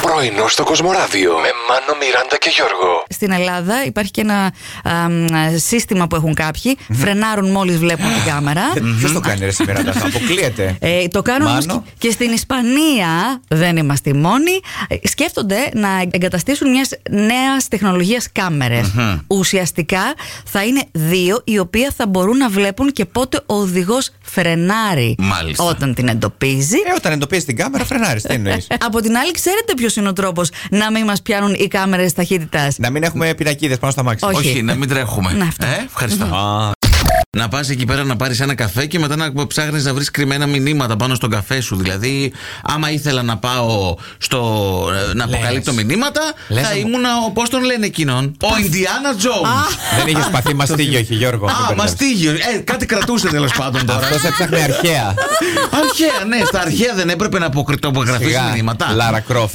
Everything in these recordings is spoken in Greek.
Πρωινό στο Κοσμοράδιο με Μάνο, Μιράντα και Γιώργο. Στην Ελλάδα υπάρχει και ένα α, μ, α, σύστημα που έχουν κάποιοι. Φρενάρουν μόλις βλέπουν την κάμερα. Ποιος το κάνει ρε σήμερα, τα αποκλείεται. Ε, το κάνουν όμως Μάνο. και στην Ισπανία, δεν είμαστε οι μόνοι. Ε, Σκέφτονται να εγκαταστήσουν μιας νέας τεχνολογίας Ουσιαστικά θα είναι δύο, οι οποία θα μπορούν να βλέπουν και πότε ο οδηγός φρενάρει Μάλιστα. όταν την εντοπίζει. Ε, όταν εντοπίζει την κάμερα, φρενάρεις. Τι εννοείς. Από την άλλη, ξέρετε ποιος είναι ο τρόπος να μην μας πιάνουν οι κάμερες ταχύτητας. Να μην έχουμε πινακίδες πάνω στα μάξι. Όχι. Όχι, να μην τρέχουμε. Να, αυτό. Ε, ευχαριστώ. Να πας εκεί πέρα να πάρεις ένα καφέ και μετά να ψάχνεις να βρεις κρυμμένα μηνύματα πάνω στον καφέ σου. Δηλαδή, άμα ήθελα να πάω στο. ε, να αποκαλύπτω μηνύματα, Λες θα να μου- ήμουν ο. Πώς τον λένε εκείνον. Ο Ιντιάνα Τζόουν. Δεν είχες παθεί μαστίγιο, όχι Γιώργο. Α, μαστίγιο. Ε, κάτι κρατούσε τέλος πάντων τώρα. Αυτός έψαχνε αρχαία. Αρχαία, ναι, στα αρχαία δεν έπρεπε να αποκρυπτογραφεί Σιγά. μηνύματα. Λάρα Κρόφτ.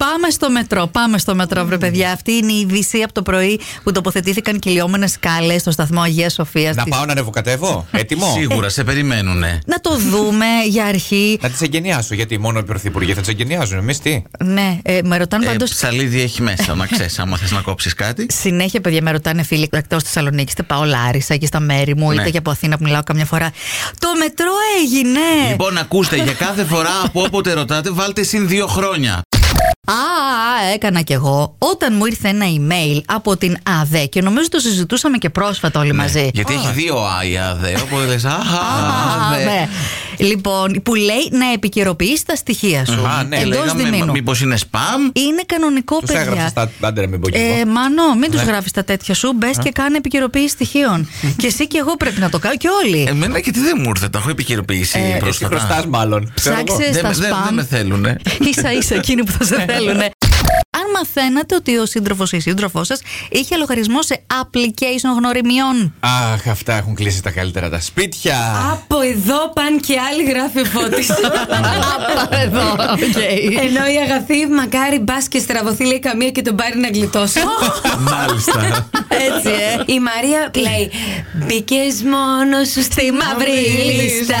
Πάμε στο μετρό, πάμε στο μετρό, βρε παιδιά. Αυτή είναι η είδηση από το πρωί που τοποθετήθηκαν κυλιόμενες σκάλες στο σταθμό Αγίας Σοφίας. Να πάω να ανεβοκατεύω. Έτοιμο. Ε, Σίγουρα, σε περιμένουνε. Να το δούμε για αρχή. Να τις εγκαινιάσω, γιατί μόνο οι πρωθυπουργοί θα τις εγκαινιάζουν. Εμείς τι. ναι, ε, με ρωτάνε Ε, πάντως. ψαλίδι έχει μέσα, να ξέρεις, άμα θες να κόψεις κάτι. Συνέχεια, παιδιά, με ρωτάνε φίλοι εκτός Θεσσαλονίκη, είτε πάω Λάρισα και στα μέρη μου, Ναι. είτε και από Αθήνα που μιλάω καμιά φορά. Το μετρό έγινε! Λοιπόν, ακούστε, για κάθε φορά από όποτε ρωτάτε, βάλτε συν δύο χρόνια. Α, α, έκανα κι εγώ όταν μου ήρθε ένα email από την ΑΔΕ και νομίζω το συζητούσαμε και πρόσφατα όλοι μαζί. Ναι, Γιατί έχει δύο άια δε, οπότε λες αχα, Ε, Α, δε. ναι. Λοιπόν, που λέει να επικαιροποιήσει τα στοιχεία σου. Α, ναι, Εντός διμήνου. μήπως είναι spam. Είναι κανονικό, Τους έγραψε παιδιά. τα λοιπόν. Ναι. άντρε, μην πω κι Ε, εγώ. Μάνο, μην τους γράφεις τα τέτοια σου. Μπες και κάνε επικαιροποίηση στοιχείων. και εσύ και εγώ πρέπει να το κάνω και Ε, όλοι. Εμένα Ε, και τι δεν μου ήρθε, τα έχω επικαιροποιήσει ε, Εσύ χρωστά, μάλλον. Ξέρω εγώ. Ψάξε Δεν στα με- δεν- spam. δεν με θέλουνε. σα ίσα εκείνοι που θα Ε. σε θέλουν. Αν μαθαίνατε ότι ο σύντροφος ή η σύντροφός σας είχε λογαριασμό σε application γνωριμιών. Αχ, αυτά έχουν κλείσει τα καλύτερα τα σπίτια. Από εδώ παν και άλλοι γράφει φώτης Απ' εδώ. Ε, οκ. Ενώ η αγαθή μακάρι μπας και στραβωθεί λέει καμία και τον πάρει να γλιτώσω. Μάλιστα. Έτσι, ε. Η Μαρία λέει Μπήκες μόνος σου στη μαύρη λίστα.